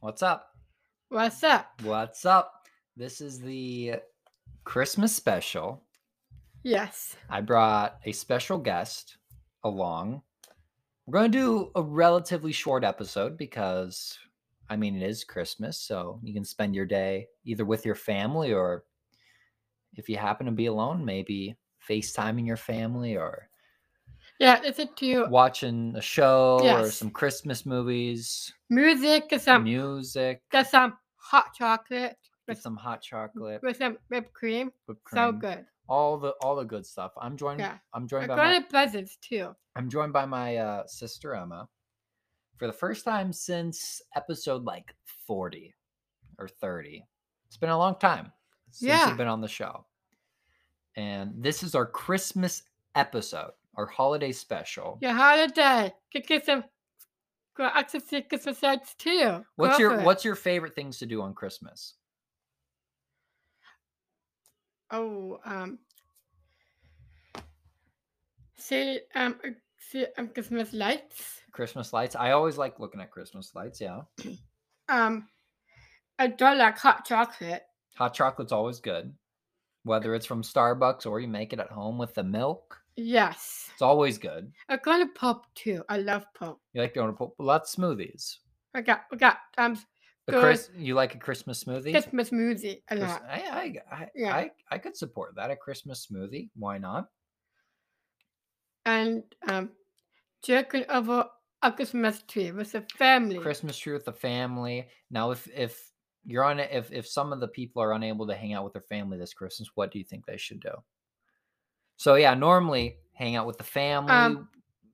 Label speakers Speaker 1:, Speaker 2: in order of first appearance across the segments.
Speaker 1: What's up?
Speaker 2: What's up?
Speaker 1: What's up? This is the Christmas special.
Speaker 2: Yes.
Speaker 1: I brought a special guest along. We're going to do a relatively short episode because, I mean, it is Christmas, so you can spend your day either with your family or if you happen to be alone, maybe FaceTiming your family or
Speaker 2: Yeah, listen to
Speaker 1: watching a show or
Speaker 2: Uh, Yes.
Speaker 1: some Christmas movies,
Speaker 2: music and some
Speaker 1: music,
Speaker 2: get some hot chocolate
Speaker 1: get some hot chocolate,
Speaker 2: with some whipped cream.
Speaker 1: whipped cream.
Speaker 2: So good.
Speaker 1: all the all the good stuff. I'm joined.
Speaker 2: Yeah.
Speaker 1: I'm
Speaker 2: I
Speaker 1: joined by my,
Speaker 2: got presents too.
Speaker 1: I'm joined by my uh, sister Emma for the first time since episode like 40 or 30. It's been a long time since
Speaker 2: Yeah.
Speaker 1: you've been on the show, and this is our Christmas episode, our holiday special.
Speaker 2: Your holiday. Get, get some go exercise Christmas sets too.
Speaker 1: What's
Speaker 2: Go
Speaker 1: your
Speaker 2: for it.
Speaker 1: What's your favorite things to do on Christmas?
Speaker 2: Oh, um see um uh, see um Christmas lights.
Speaker 1: Christmas lights. I always like looking at Christmas lights. Yeah,
Speaker 2: Um I don't like hot chocolate.
Speaker 1: hot chocolate's always good, whether it's from Starbucks or you make it at home with the milk.
Speaker 2: Yes.
Speaker 1: It's always good.
Speaker 2: I got a pop too. I love pop.
Speaker 1: You like going to put lots of smoothies.
Speaker 2: I got I got um
Speaker 1: A
Speaker 2: Good.
Speaker 1: Chris, you like a Christmas smoothie?
Speaker 2: Christmas smoothie a
Speaker 1: Chris-
Speaker 2: lot.
Speaker 1: I, I, I,
Speaker 2: Yeah.
Speaker 1: I, I could support that. A Christmas smoothie. Why not?
Speaker 2: And um jerking over a Christmas tree with the family.
Speaker 1: Christmas tree with the family. Now, if if you're on if if some of the people are unable to hang out with their family this Christmas, what do you think they should do? So yeah, normally hang out with the family,
Speaker 2: Um,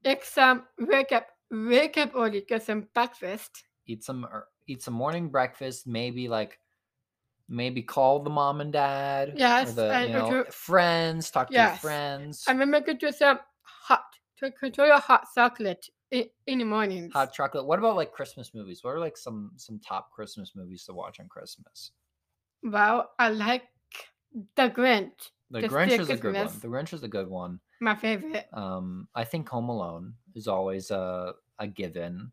Speaker 2: it's um wake up wake up early, get some breakfast.
Speaker 1: eat some or eat some morning breakfast, maybe like maybe call the mom and dad.
Speaker 2: Yes,
Speaker 1: or the,
Speaker 2: I-
Speaker 1: you
Speaker 2: I
Speaker 1: know,
Speaker 2: do-
Speaker 1: friends, talk to your
Speaker 2: Yes.
Speaker 1: friends.
Speaker 2: And then we could do some hot to control your hot chocolate in, in the mornings.
Speaker 1: hot chocolate. What about like Christmas movies? What are like some some top Christmas movies to watch on Christmas?
Speaker 2: Well, I like the Grinch,
Speaker 1: The
Speaker 2: Just
Speaker 1: Grinch
Speaker 2: Dear
Speaker 1: is a good one.
Speaker 2: Christmas.
Speaker 1: The Grinch is a good one.
Speaker 2: my favorite.
Speaker 1: Um, I think Home Alone is always a a given.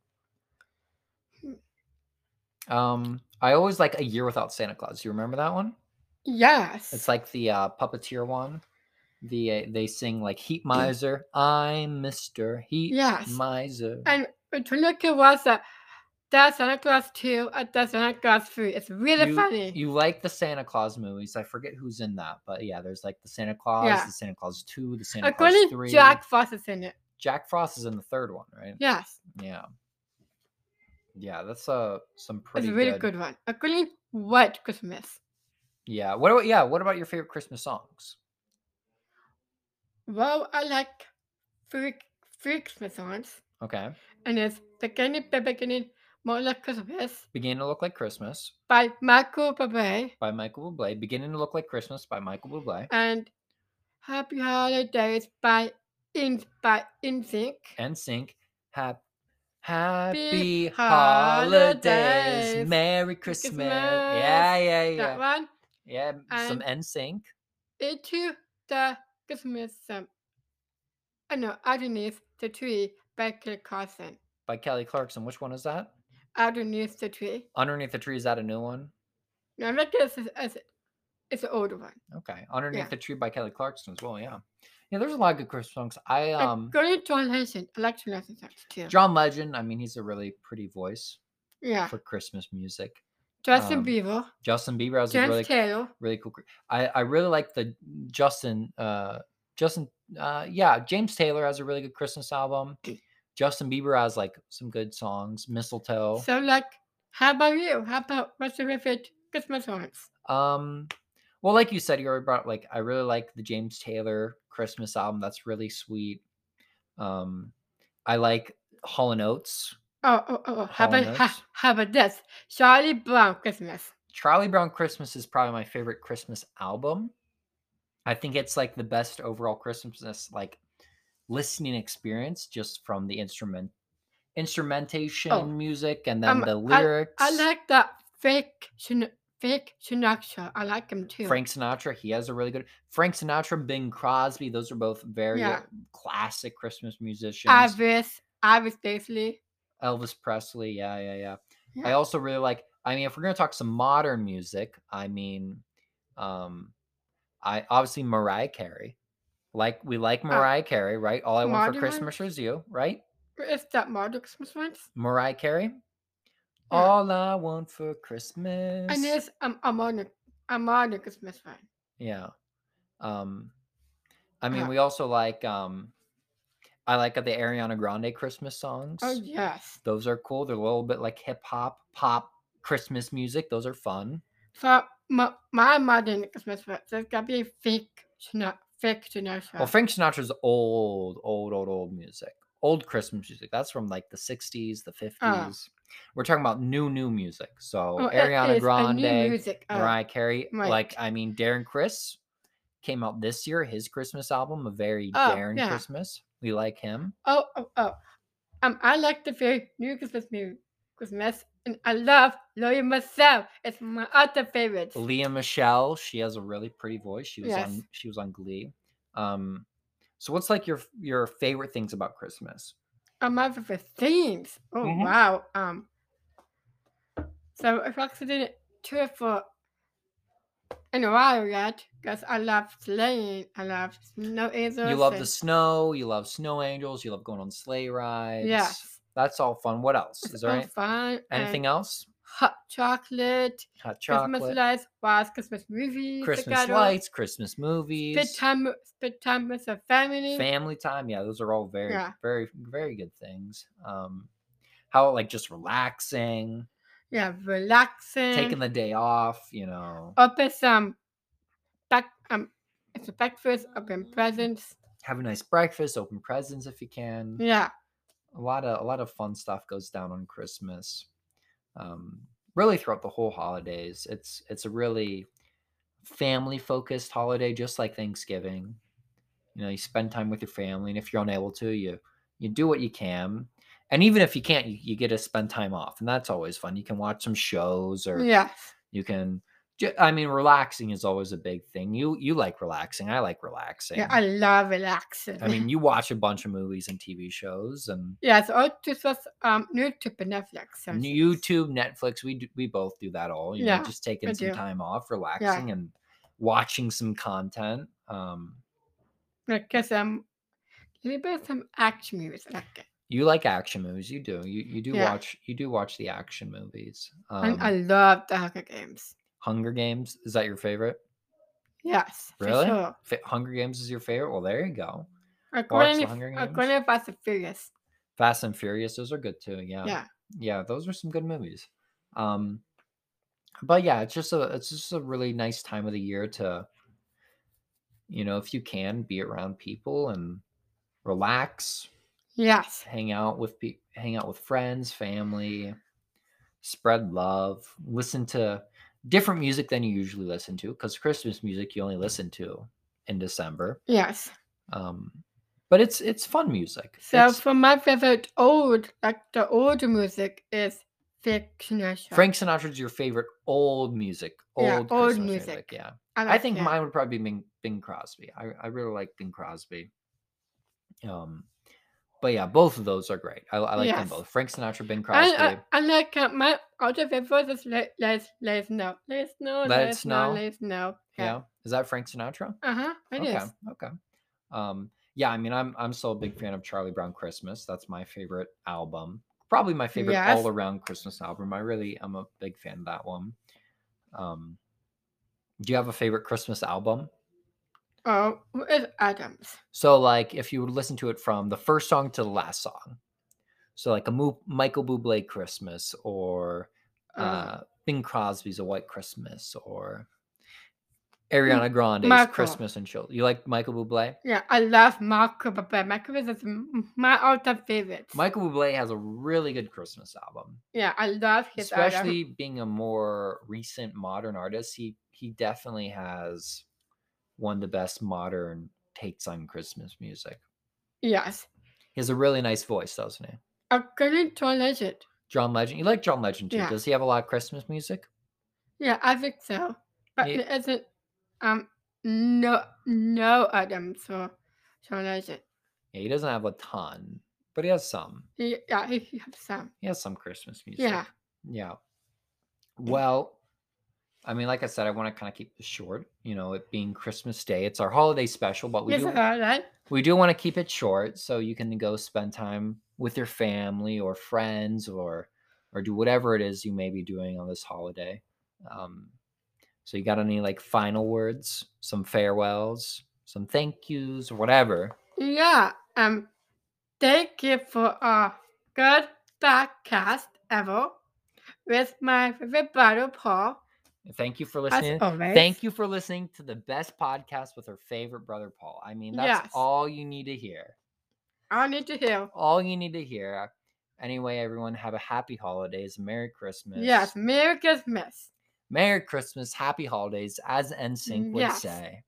Speaker 2: Hmm.
Speaker 1: Um, I always like A Year Without Santa Claus. You remember that one?
Speaker 2: Yes.
Speaker 1: It's like the uh, puppeteer one. The uh, they sing like Heat Miser. I'm Mister Heat
Speaker 2: Yes.
Speaker 1: Miser.
Speaker 2: And to look at what's that that's Santa Claus 2 and that's Santa Claus 3. It's really
Speaker 1: you,
Speaker 2: funny.
Speaker 1: you like the Santa Claus movies. I forget who's in that, but yeah, there's like the Santa Claus,
Speaker 2: Yeah.
Speaker 1: the Santa Claus 2, the Santa Claus
Speaker 2: According to
Speaker 1: 3.
Speaker 2: Jack Frost is in it.
Speaker 1: Jack Frost is in the third one, right?
Speaker 2: Yes.
Speaker 1: Yeah. Yeah, that's uh some pretty
Speaker 2: it's a really
Speaker 1: good,
Speaker 2: good. one. According to White Christmas.
Speaker 1: Yeah. What about yeah, what about your favorite Christmas songs?
Speaker 2: Well, I like three, three Christmas songs.
Speaker 1: Okay.
Speaker 2: And it's Beginning by Beginning, More Like Christmas
Speaker 1: Beginning to Look Like Christmas
Speaker 2: by Michael Bublé.
Speaker 1: by Michael Bublé. Beginning to Look Like Christmas by Michael Bublé.
Speaker 2: And Happy Holidays by In by InSync.
Speaker 1: And Sync. Hap- Happy
Speaker 2: Happy
Speaker 1: holidays.
Speaker 2: holidays.
Speaker 1: Merry Christmas. Yeah, yeah,
Speaker 2: That
Speaker 1: yeah.
Speaker 2: one.
Speaker 1: Yeah, some
Speaker 2: and-
Speaker 1: NSYNC.
Speaker 2: into the Christmas um I know underneath the tree by Kit Carson.
Speaker 1: by Kelly Clarkson. Which one is that?
Speaker 2: Underneath the tree.
Speaker 1: Underneath the tree is that a new one?
Speaker 2: Now look at this as it's an older one.
Speaker 1: Okay, underneath
Speaker 2: Yeah.
Speaker 1: the tree by Kelly Clarkson as well. Yeah, yeah. There's a lot of good Christmas songs. I um,
Speaker 2: Um, going to John Legend, I like John Legend songs too.
Speaker 1: John Legend. I mean, he's a really pretty voice
Speaker 2: yeah.
Speaker 1: for Christmas music.
Speaker 2: Justin
Speaker 1: um,
Speaker 2: Bieber,
Speaker 1: Justin Bieber has a
Speaker 2: James
Speaker 1: really
Speaker 2: Taylor.
Speaker 1: really cool. cr- I I really like the Justin uh Justin uh yeah James Taylor has a really good Christmas album. Justin Bieber has like some good songs. Mistletoe.
Speaker 2: So like, how about you? How about what's your favorite Christmas songs?
Speaker 1: Um, well, like you said, you already brought like I really like the James Taylor Christmas album. That's really sweet. Um, I like Hall and Oates,
Speaker 2: Oh, oh, oh, oh. How
Speaker 1: Hall and
Speaker 2: about ha,
Speaker 1: Oates.
Speaker 2: how about this? Charlie Brown Christmas.
Speaker 1: Charlie Brown Christmas is probably my favorite Christmas album. I think it's like the best overall Christmas like listening experience just from the instrument instrumentation music and then
Speaker 2: um,
Speaker 1: the lyrics.
Speaker 2: I like that fake Shin- fake Sinatra. I like him too.
Speaker 1: Frank Sinatra, he has a really good Frank Sinatra, Bing Crosby, those are both very uh,
Speaker 2: Yeah.
Speaker 1: classic Christmas musicians.
Speaker 2: Elvis, Elvis Presley.
Speaker 1: Elvis Presley. Yeah, yeah, yeah. I
Speaker 2: Yeah.
Speaker 1: also really like I mean, if we're going to talk some modern music, I mean, um, I obviously Mariah Carey. Like we like Mariah Carey, right? All I want for
Speaker 2: Uh, modern?
Speaker 1: Christmas is you, right?
Speaker 2: Is that modern Christmas ones?
Speaker 1: Mariah Carey. All I want for Christmas.
Speaker 2: And there's um, a modern, a modern Christmas one.
Speaker 1: Yeah. Um I mean,
Speaker 2: Uh,
Speaker 1: we also like um I like the Ariana Grande Christmas songs.
Speaker 2: Oh yes.
Speaker 1: Those are cool. They're a little bit like hip hop, pop, Christmas music. Those are fun.
Speaker 2: So my, my modern Christmas one, there's gotta be fake, not fake to no show.
Speaker 1: Well, Frank Sinatra's old, old, old, old music. Old Christmas music. That's from like the 60s, the 50s. We're talking about new, new music. So
Speaker 2: Oh, it
Speaker 1: Ariana
Speaker 2: is a
Speaker 1: Grande,
Speaker 2: new music. Oh,
Speaker 1: Mariah Carey.
Speaker 2: right.
Speaker 1: Like, I mean, Darren Chris came out this year, his Christmas album, A Very
Speaker 2: Oh,
Speaker 1: Darren
Speaker 2: yeah.
Speaker 1: Christmas. We like him.
Speaker 2: oh, oh, oh. Um, I like the very new Christmas music, Christmas, and I love Lawyer myself. It's my other favorite.
Speaker 1: Leah Michelle, she has a really pretty voice. She was
Speaker 2: Yes.
Speaker 1: on she was on Glee. Um so what's like your your favorite things about Christmas?
Speaker 2: Um, my favorite themes. Oh
Speaker 1: Mhm.
Speaker 2: wow. Um. So I've actually did it two for in a while yet because I love sleighing. I love snow angels.
Speaker 1: You love the
Speaker 2: and-
Speaker 1: snow, you love snow angels, you love going on sleigh rides.
Speaker 2: Yes.
Speaker 1: That's all fun. What else?
Speaker 2: It's
Speaker 1: Is there
Speaker 2: all
Speaker 1: any-
Speaker 2: fun. and-
Speaker 1: anything else?
Speaker 2: hot chocolate,
Speaker 1: Hot
Speaker 2: Christmas
Speaker 1: chocolate,
Speaker 2: lights, wild Christmas movies,
Speaker 1: Christmas lights, Christmas movies,
Speaker 2: bedtime, bedtime with the family.
Speaker 1: family time. Yeah, those are all very,
Speaker 2: Yeah.
Speaker 1: very, very good things. Um how like just relaxing,
Speaker 2: yeah, relaxing.
Speaker 1: taking the day off, you know,
Speaker 2: open some back um, it's a breakfast, open presents.
Speaker 1: have a nice breakfast, open presents if you can.
Speaker 2: Yeah,
Speaker 1: a lot of a lot of fun stuff goes down on Christmas. Um, really throughout the whole holidays. It's it's a really family focused holiday, just like Thanksgiving. You know, you spend time with your family, and if you're unable to, you you do what you can. And even if you can't, you, you get to spend time off, and that's always fun. You can watch some shows, or
Speaker 2: yes,
Speaker 1: you can. ju- I mean, relaxing is always a big thing. You you like relaxing. I like relaxing.
Speaker 2: yeah. I love relaxing.
Speaker 1: I mean, you watch a bunch of movies and TV shows, and
Speaker 2: yes, all just was um YouTube and Netflix. so it's-
Speaker 1: YouTube, Netflix, we do, we both do that all. You yeah,
Speaker 2: Yeah,
Speaker 1: know, just taking
Speaker 2: we
Speaker 1: some
Speaker 2: do.
Speaker 1: time off, relaxing, and watching some content. Um,
Speaker 2: Like guess um, a little bit of some action movies. Like, it.
Speaker 1: you like action movies, you do. You you do
Speaker 2: Yeah.
Speaker 1: watch you do watch the action movies. Um,
Speaker 2: and I love the Hunger Games.
Speaker 1: Hunger Games is that your favorite?
Speaker 2: Yes, for
Speaker 1: Really?
Speaker 2: sure.
Speaker 1: Fa- Hunger Games is your favorite. Well, there you go. Watch
Speaker 2: According
Speaker 1: The
Speaker 2: to
Speaker 1: Hunger
Speaker 2: according to Fast and Furious.
Speaker 1: Fast and Furious, those are good too. Yeah,
Speaker 2: Yeah.
Speaker 1: yeah, those are some good movies. Um, but yeah, it's just a it's just a really nice time of the year to, you know, if you can be around people and relax,
Speaker 2: Yes.
Speaker 1: hang out with people, hang out with friends, family, spread love, listen to different music than you usually listen to because Christmas music you only listen to in December.
Speaker 2: Yes.
Speaker 1: Um, but it's it's fun music.
Speaker 2: So
Speaker 1: It's-
Speaker 2: for my favorite old, like the old music is fictional. show.
Speaker 1: Frank Sinatra's your favorite old music, old,
Speaker 2: Yeah, old
Speaker 1: Christmas music.
Speaker 2: music.
Speaker 1: Yeah, I
Speaker 2: like
Speaker 1: think
Speaker 2: him.
Speaker 1: mine would probably be Bing, Bing Crosby. I, I really like Bing Crosby. Um, but yeah, both of those are great. I, I like them
Speaker 2: Yes.
Speaker 1: both. Frank Sinatra, Bing Crosby.
Speaker 2: I, I, I like uh, my other favorite is let let let snow, let snow,
Speaker 1: Let It
Speaker 2: let snow,
Speaker 1: Snow?
Speaker 2: let snow.
Speaker 1: yeah, is that Frank Sinatra?
Speaker 2: Uh huh. It
Speaker 1: okay,
Speaker 2: is.
Speaker 1: okay. Um, yeah, I mean, I'm I'm still a big fan of Charlie Brown Christmas. That's my favorite album. Probably my favorite
Speaker 2: Yes.
Speaker 1: all around Christmas album. I really am a big fan of that one. Um, do you have a favorite Christmas album?
Speaker 2: Oh, who is Adams?
Speaker 1: So, like, if you would listen to it from the first song to the last song, so like a Mu- Michael Bublé Christmas or
Speaker 2: Uh,
Speaker 1: uh, Bing Crosby's A White Christmas or Ariana Grande's
Speaker 2: Mm, Michael.
Speaker 1: Christmas and Chill. You like Michael Bublé?
Speaker 2: yeah, I love Marco Bublé. Marco Bublé is m- my other favorite.
Speaker 1: Michael Bublé has a really good Christmas album,
Speaker 2: yeah, I love his album.
Speaker 1: especially being a more recent modern artist. He he definitely has one of the best modern takes on Christmas music.
Speaker 2: Yes,
Speaker 1: He has a really nice voice, doesn't he?
Speaker 2: according to legend.
Speaker 1: John Legend. You like John Legend too?
Speaker 2: Yeah.
Speaker 1: Does he have a lot of Christmas music?
Speaker 2: Yeah, I think so. But
Speaker 1: Ye-
Speaker 2: it isn't um no no Adam so so legend.
Speaker 1: Yeah, he doesn't have a ton, but he has some.
Speaker 2: He, yeah, he, he has some.
Speaker 1: He has some Christmas music.
Speaker 2: Yeah.
Speaker 1: Yeah. Well, I mean, like I said, I want to kind of keep this short. You know, it being Christmas Day, it's our holiday special, but we
Speaker 2: This
Speaker 1: do
Speaker 2: is all right.
Speaker 1: we do want to keep it short so you can go spend time with your family or friends or or do whatever it is you may be doing on this holiday um so you got any like final words some farewells some thank yous or whatever
Speaker 2: Yeah. Um. Thank you for a good podcast ever with my favorite brother Paul.
Speaker 1: thank you for
Speaker 2: As
Speaker 1: listening
Speaker 2: always.
Speaker 1: thank you for listening to the best podcast with her favorite brother paul i mean that's
Speaker 2: Yes.
Speaker 1: all you need to hear
Speaker 2: I need to hear.
Speaker 1: all you need to hear anyway everyone have a happy holidays merry christmas
Speaker 2: Yes. Merry Christmas.
Speaker 1: Merry Christmas, Happy Holidays, as NSYNC would
Speaker 2: Yes.
Speaker 1: say.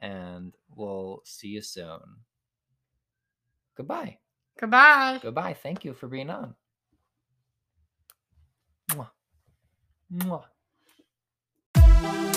Speaker 1: And we'll see you soon. Goodbye.
Speaker 2: Goodbye.
Speaker 1: Goodbye. Thank you for being on. Mwah. Mwah.